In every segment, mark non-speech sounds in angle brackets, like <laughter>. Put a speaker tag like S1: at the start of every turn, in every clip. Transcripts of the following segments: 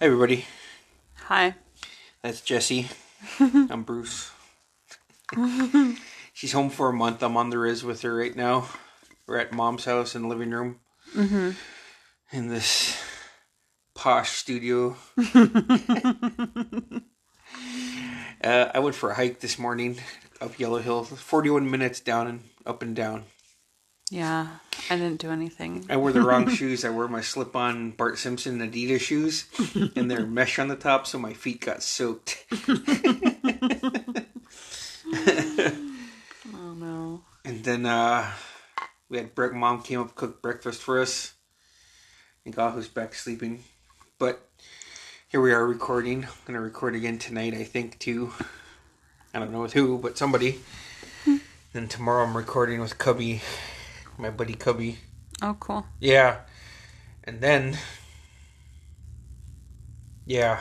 S1: Hey everybody,
S2: Hi.
S1: that's Jesse. I'm Bruce. <laughs> She's home for a month. I'm on the Riz with her right now. We're at mom's house in the living room in this posh studio. uh, I went for a hike this morning up Yellow Hill, 41 minutes down and up and down.
S2: Yeah, I didn't do anything.
S1: I wore the wrong shoes. I wore my slip on Bart Simpson Adidas shoes, and they're mesh on the top, so my feet got soaked.
S2: Oh no.
S1: And then uh, we had break. Mom came up, cooked breakfast for us, and Gahu's back sleeping. But here we are recording. I'm gonna record again tonight, I think, too. I don't know with who, but somebody. then tomorrow I'm recording with Cubby, my buddy Cubby.
S2: Oh cool.
S1: Yeah, and then yeah,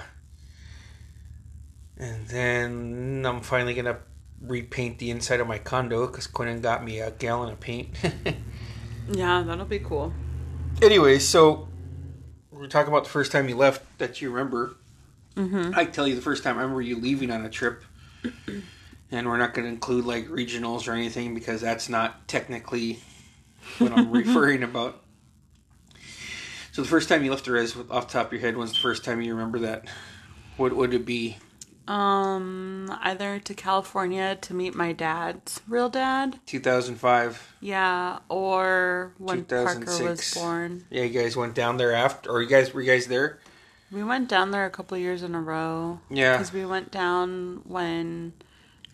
S1: and then I'm finally gonna repaint the inside of my condo because Quinnen got me a gallon of paint. <laughs>
S2: Yeah, that'll be cool.
S1: anyway, so we're talking about the first time you left that you remember. Mm-hmm. I tell you the first time I remember you leaving on a trip. <clears throat> And we're not going to include like regionals or anything because that's not technically what I'm referring about. So the first time you left the res off the top of your head, when's the first time you remember that? What would it be?
S2: Um, either to California to meet my dad's real dad.
S1: 2005.
S2: Yeah, or when Parker was
S1: 2006.
S2: born.
S1: Yeah, you guys went down there after, or you guys were you guys there?
S2: We went down there a couple years in a row.
S1: Yeah,
S2: Because we went down when
S1: oh,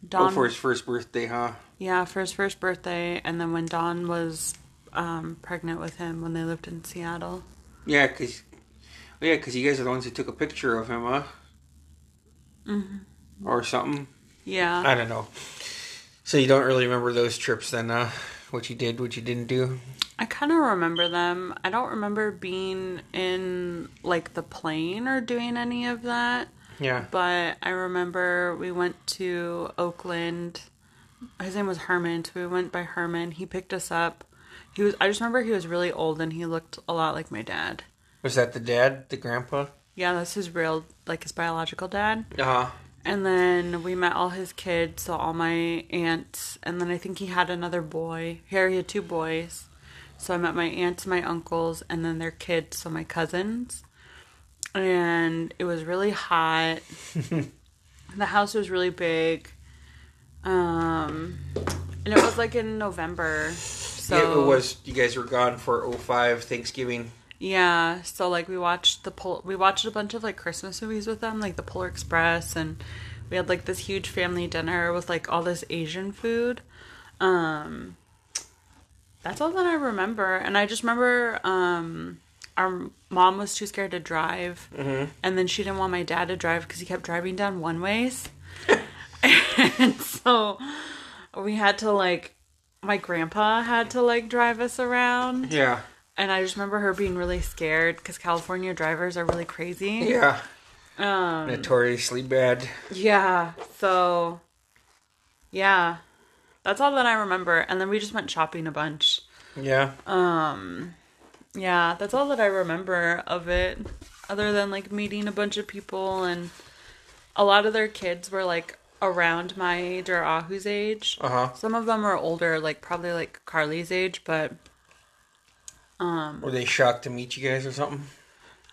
S2: Don.
S1: for his first birthday, huh?
S2: yeah, for his first birthday, and then when Don was um, pregnant with him when they lived in Seattle.
S1: Yeah, cause oh, yeah, 'cause you guys are the ones who took a picture of him, huh? Mm-hmm. Or something.
S2: Yeah.
S1: I don't know. So you don't really remember those trips then, uh, what you did, what you didn't do.
S2: I kind of remember them. I don't remember being in like the plane or doing any of that,
S1: Yeah.
S2: but I remember we went to Oakland. His name was Herman, so we went by Herman. He picked us up. He was I just remember he was really old and he looked a lot like my dad.
S1: Was that the dad, the grandpa?
S2: Yeah, that's his real like his biological dad.
S1: Uh huh.
S2: And then we met all his kids, so all my aunts, and then I think he had another boy. Here he had two boys. So I met my aunts, my uncles, and then their kids, so my cousins. And it was
S1: <laughs>
S2: really hot. the house was really big. Um and it was like in November. So
S1: it was. You guys were gone for 05 Thanksgiving.
S2: yeah, so like we watched the Pol- we watched a bunch of like Christmas movies with them, like the Polar Express, and we had like this huge family dinner with like all this Asian food. Um, that's all that I remember, and I just remember um, our mom was too scared to drive, and then she didn't want my dad to drive because he kept driving down one ways, <laughs> and so we had to like my grandpa had to like drive us around.
S1: Yeah.
S2: And I just remember her being really scared because California drivers are really crazy.
S1: Yeah.
S2: Um,
S1: Notoriously bad.
S2: yeah. So, yeah, that's all that I remember. And then we just went shopping a bunch. Um,
S1: Yeah.
S2: Yeah, that's all that I remember of it, other than like meeting a bunch of people and a lot of their kids were like around my age or Ahu's age.
S1: Uh huh.
S2: Some of them were older, like probably like Carly's age, but um,
S1: Were they shocked to meet you guys or something?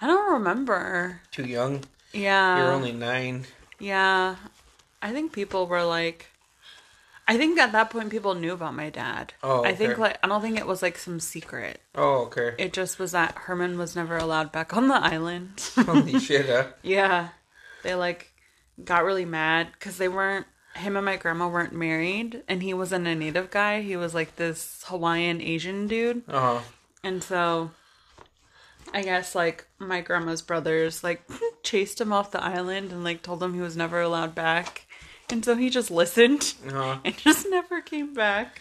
S2: I don't remember.
S1: Too young.
S2: Yeah,
S1: You're only nine.
S2: Yeah. I think people were like I think at that point people knew about my dad.
S1: Oh,
S2: I think
S1: okay.
S2: like I don't think it was like some secret.
S1: Oh, okay. <laughs>
S2: It just was that Herman was never allowed back on the <laughs> island.
S1: Holy shit, huh?
S2: yeah. They like got really mad cuz they weren't him and my grandma weren't married and he wasn't a native guy. He was like this Hawaiian Asian dude.
S1: Uh huh.
S2: And so I guess like my grandma's brothers like <laughs> chased him off the island and like told him he was never allowed back. And so he just listened <laughs>
S1: Uh huh.
S2: and just never came back.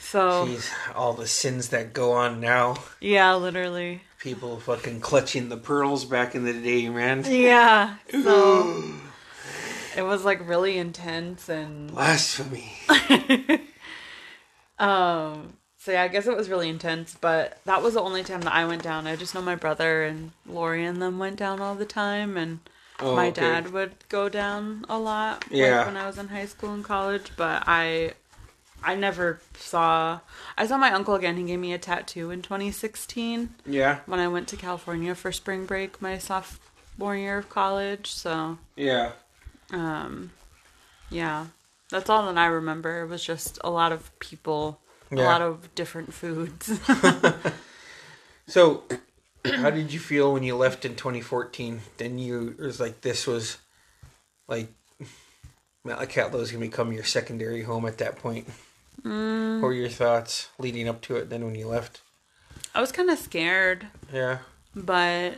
S2: So
S1: Jeez, all the sins that go on now.
S2: yeah, literally.
S1: People fucking clutching the pearls back in the day, man.
S2: Yeah. So it was like really intense and
S1: Blasphemy.
S2: um So yeah, I guess it was really intense, but that was the only time that I went down. I just know my brother and Lori and them went down all the time, and
S1: Oh,
S2: my
S1: okay.
S2: dad would go down a lot. like,
S1: Yeah.
S2: when I was in high school and college, but I, I never saw. I saw my uncle again. He gave me a tattoo in 2016
S1: Yeah,
S2: when I went to California for spring break, my sophomore year of college. So
S1: yeah.
S2: um, yeah, that's all that I remember. It was just a lot of people,
S1: Yeah.
S2: a lot of different foods. <laughs>
S1: So, <clears throat> how did you feel when you left in 2014? Then you it was like this was like Malakatla was gonna become your secondary home at that point.
S2: Mm.
S1: What were your thoughts leading up to it? Then when you left,
S2: I was kind of scared,
S1: yeah,
S2: but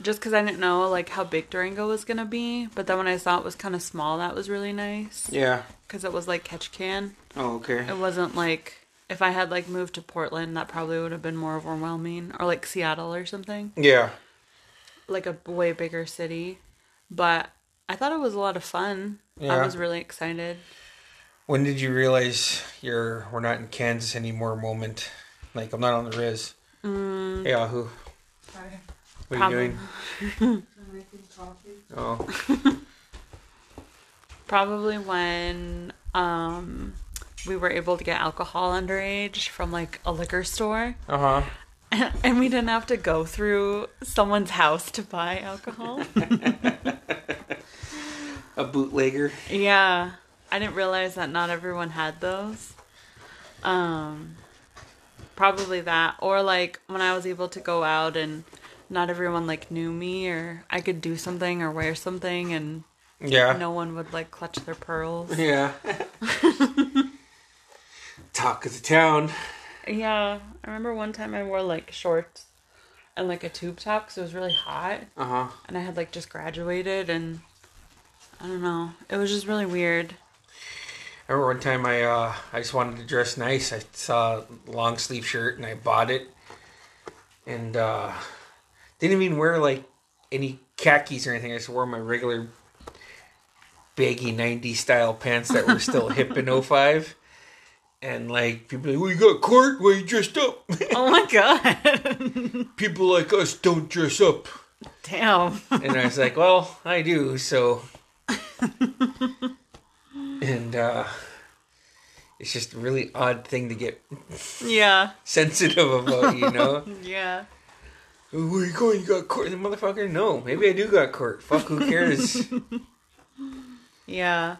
S2: just because I didn't know like how big Durango was gonna be. But then when I saw it was kind of small, that was really nice
S1: yeah.
S2: because it was like catch can.
S1: Oh, okay.
S2: It wasn't like if I had like moved to Portland, that probably would have been more overwhelming, or like Seattle or something,
S1: Yeah,
S2: like a way bigger city. But I thought it was a lot of fun.
S1: Yeah.
S2: I was really excited.
S1: When did you realize you're we're not in Kansas anymore moment? Like I'm not on the Riz. Hey Ahu. What are you
S2: Mm. Probably.
S1: doing?
S2: <laughs>
S1: Oh.
S2: Probably when um, we were able to get alcohol underage from like a liquor store.
S1: Uh-huh.
S2: <laughs> and we didn't have to go through someone's house to buy alcohol.
S1: A bootlegger.
S2: yeah, I didn't realize that not everyone had those. Um, probably that, or like when I was able to go out and not everyone like knew me, or I could do something or wear something, and
S1: Yeah.
S2: no one would like clutch their pearls. <laughs>
S1: Yeah. Talk of the town.
S2: yeah, I remember one time I wore like shorts and like a tube top because it was really hot.
S1: Uh-huh.
S2: and I had like just graduated and I don't know. It was just really weird.
S1: I remember one time I uh, I just wanted to dress nice. I saw a long sleeve shirt and I bought it, and uh, didn't even wear like any khakis or anything. I just wore my regular baggy '90s style pants that were still hip in 05. And like people, are like, well, you got court? Why you dressed up? <laughs>
S2: <laughs> Oh my god.
S1: people like us don't dress up.
S2: Damn.
S1: And I was like, well, I do, so. and uh, it's just a really odd thing to get
S2: Yeah.
S1: sensitive about, you know?
S2: Yeah.
S1: Where are you going? You got court? The motherfucker? No, maybe I do got court. Fuck, who cares? <laughs>
S2: Yeah.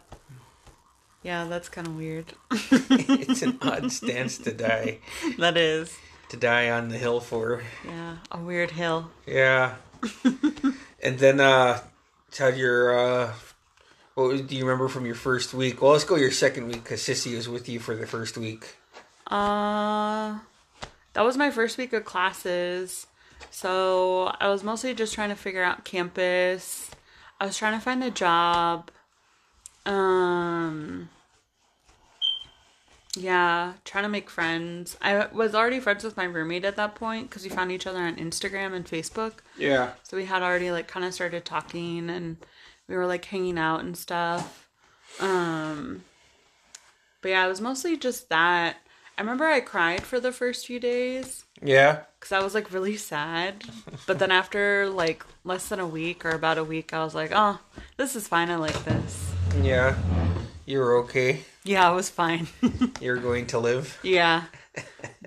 S2: Yeah, that's kind of weird. <laughs>
S1: it's an odd stance to die,
S2: that is.
S1: to die on the hill for.
S2: Yeah, a weird hill.
S1: Yeah. and then, uh, tell your, uh, what do you remember from your first week? Well, let's go your second week because Sissy was with you for the first week.
S2: Uh that was my first week of classes. So, I was mostly just trying to figure out campus. I was trying to find a job. Um Yeah, trying to make friends. I was already friends with my roommate at that point cuz we found each other on Instagram and Facebook.
S1: Yeah.
S2: So we had already like kind of started talking and we were like hanging out and stuff. Um but yeah, it was mostly just that. I remember I cried for the first few days
S1: Yeah.
S2: cuz I was like really sad. But then after like less than a week or about a week, I was like, "Oh, this is fine. I like this."
S1: Yeah. You're okay.
S2: Yeah, I was fine. <laughs>
S1: You're going to live.
S2: Yeah.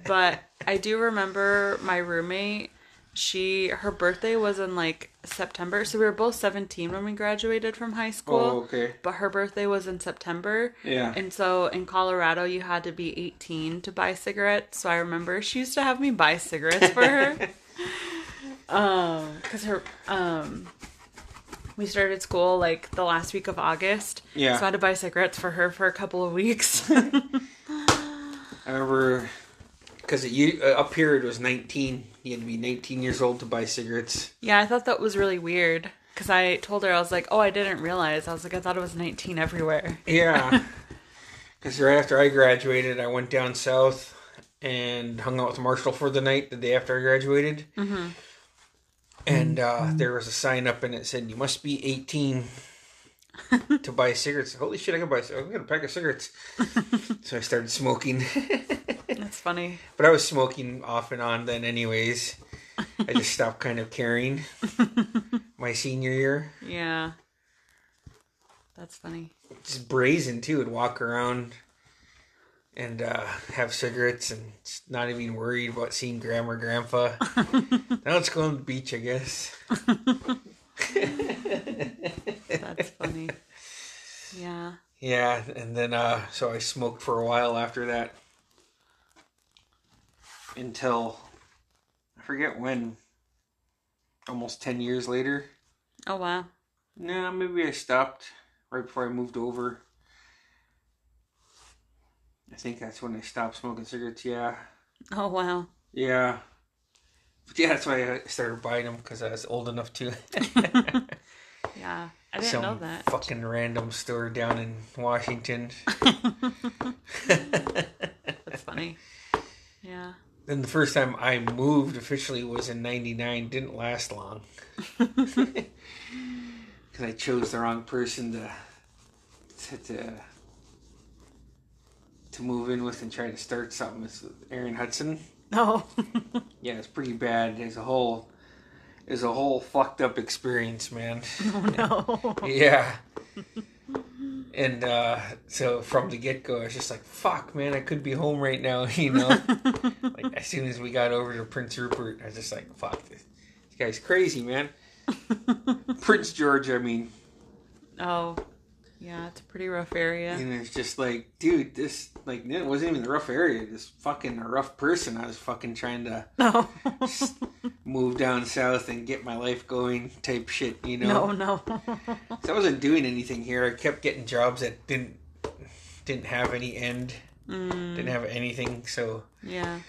S2: But I do remember my roommate, she her birthday was in like September. So we were both 17 when we graduated from high school.
S1: Oh, okay.
S2: But her birthday was in September.
S1: Yeah.
S2: And so in Colorado you had to be 18 to buy cigarettes. So I remember she used to have me buy cigarettes for her.
S1: <laughs>
S2: um cuz her um we started school like the last week of August.
S1: Yeah.
S2: So I had to buy cigarettes for her for a couple of weeks. <laughs>
S1: I remember because uh, up here it was 19. You had to be 19 years old to buy cigarettes.
S2: Yeah, I thought that was really weird because I told her I was like, "Oh, I didn't realize." I was like, "I thought it was 19 everywhere." <laughs>
S1: <laughs> Yeah. Because right after I graduated, I went down south and hung out with Marshall for the night the day after I graduated. Mm-hmm. And uh, there was a sign up and it said, You must be <laughs> 18 to <laughs> buy cigarettes. Holy shit, I can buy, I can get a pack of cigarettes. so I started smoking.
S2: That's funny.
S1: But I was smoking off and on then, anyways. I just stopped kind of caring my senior year.
S2: Yeah. That's funny.
S1: Just brazen, too, and walk around and uh, have cigarettes and s- not even worried about seeing grandma or grandpa. now it's going to the beach, I guess.
S2: That's <laughs> funny. Yeah.
S1: Yeah, and then uh, so I smoked for a while after that until I forget when, almost 10 years later.
S2: Oh wow.
S1: No, maybe I stopped right before I moved over. I think that's when I stopped smoking cigarettes. Yeah,
S2: Oh wow.
S1: yeah, but yeah, that's why I started buying them because I was old enough to. <laughs>
S2: Yeah. I didn't
S1: Some
S2: know that.
S1: fucking random store down in Washington. <laughs>
S2: That's funny. Yeah.
S1: Then the first time I moved officially was in '99. Didn't last long because I chose the wrong person to to to, to move in with and try to start something. It's Aaron Hudson.
S2: <laughs> Oh.
S1: Yeah, it's pretty bad. It's a whole it's a whole fucked up experience, man.
S2: no.
S1: yeah. And uh, so from the get go, I was just like, "Fuck, man, I could be home right now," <laughs> you know. like as soon as we got over to Prince Rupert, I was just like, "Fuck, this, this guy's crazy, man." Prince George, I mean,
S2: <laughs> oh. Yeah, it's a pretty rough area.
S1: and it's just like, dude, this like it wasn't even the rough area. This fucking rough person I was fucking trying to
S2: <laughs> <laughs> No.
S1: move down south and get my life going type shit, you know.
S2: no, no. <laughs>
S1: So I wasn't doing anything here. I kept getting jobs that didn't didn't have any end,
S2: mm,
S1: didn't have anything. So
S2: yeah.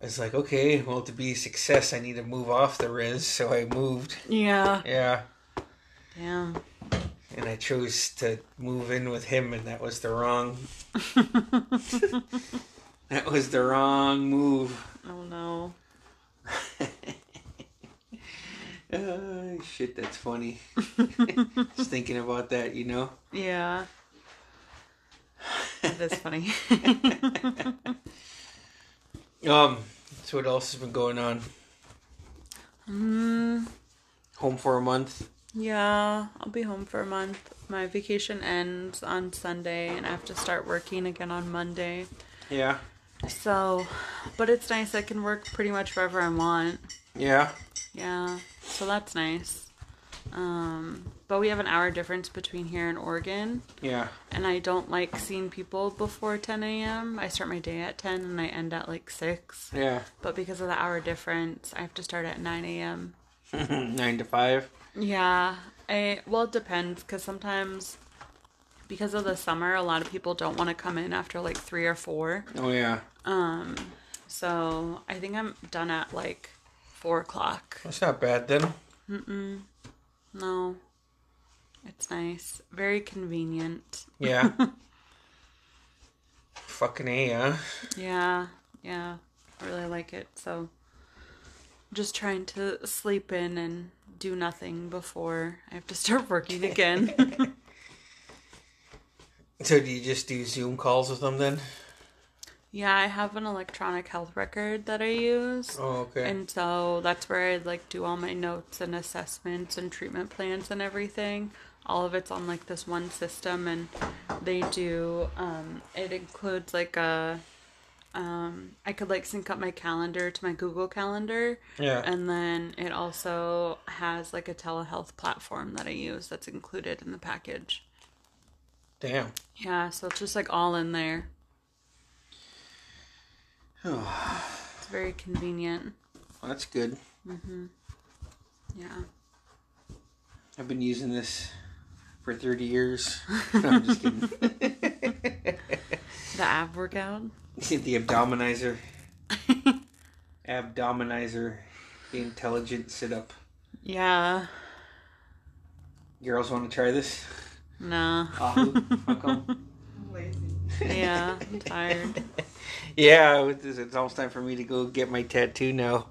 S1: it's like, okay, well, to be a success, I need to move off the res. So I moved.
S2: Yeah.
S1: Yeah,
S2: Damn. <laughs>
S1: and I chose to move in with him, and that was the wrong. That was the wrong move. <laughs>
S2: oh no. <laughs>
S1: Uh, shit, that's funny. Just thinking about that, you know.
S2: Yeah. That is funny.
S1: <laughs> Um. So what else has been going on?
S2: <laughs> mm,
S1: Home for a month.
S2: yeah, I'll be home for a month. My vacation ends on Sunday and I have to start working again on Monday.
S1: Yeah.
S2: So, but it's nice. I can work pretty much wherever I want.
S1: Yeah.
S2: Yeah. So that's nice. Um, but we have an hour difference between here and Oregon,
S1: Yeah.
S2: and I don't like seeing people before 10 a.m. I start my day at 10 and I end at like 6.
S1: Yeah. <laughs>
S2: But because of the hour difference, I have to start at 9 a.m.
S1: Nine to five.
S2: Yeah, I well it depends because sometimes because of the summer, a lot of people don't want to come in after like three or four.
S1: Oh yeah.
S2: So I think I'm done at like four o'clock.
S1: That's not bad then.
S2: No, it's nice, very convenient. <laughs>
S1: Yeah. Fucking A, huh?
S2: Yeah, yeah, I really like it. So just trying to sleep in and do nothing before I have to start <laughs> working again.
S1: So do you just do Zoom calls with them then?
S2: yeah, I have an electronic health record that I use.
S1: Oh, okay.
S2: And so that's where I like do all my notes and assessments and treatment plans and everything. All of it's on like this one system, and they do. Um, it includes like a. Um, I could like sync up my calendar to my Google Calendar,
S1: yeah.
S2: and then it also has like a telehealth platform that I use that's included in the package.
S1: Damn.
S2: Yeah, so it's just like all in there.
S1: Oh,
S2: It's very convenient.
S1: well, Oh, that's good.
S2: Yeah.
S1: I've been using this for 30 years. <laughs> No, I'm just kidding.
S2: The ab workout.
S1: the abdominizer. Abdominizer. The intelligent sit up.
S2: yeah.
S1: Girls want to try this?
S2: Nah.
S1: Ahu? Fuck 'em.
S2: <laughs> Yeah, I'm tired.
S1: <laughs> Yeah, it is- it's almost time for me to go get my tattoo now.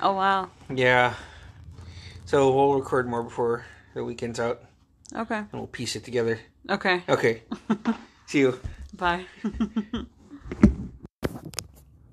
S2: Oh wow.
S1: Yeah. So we'll record more before the weekend's out
S2: Okay.
S1: and we'll piece it together.
S2: Okay.
S1: Okay. See you.
S2: Bye.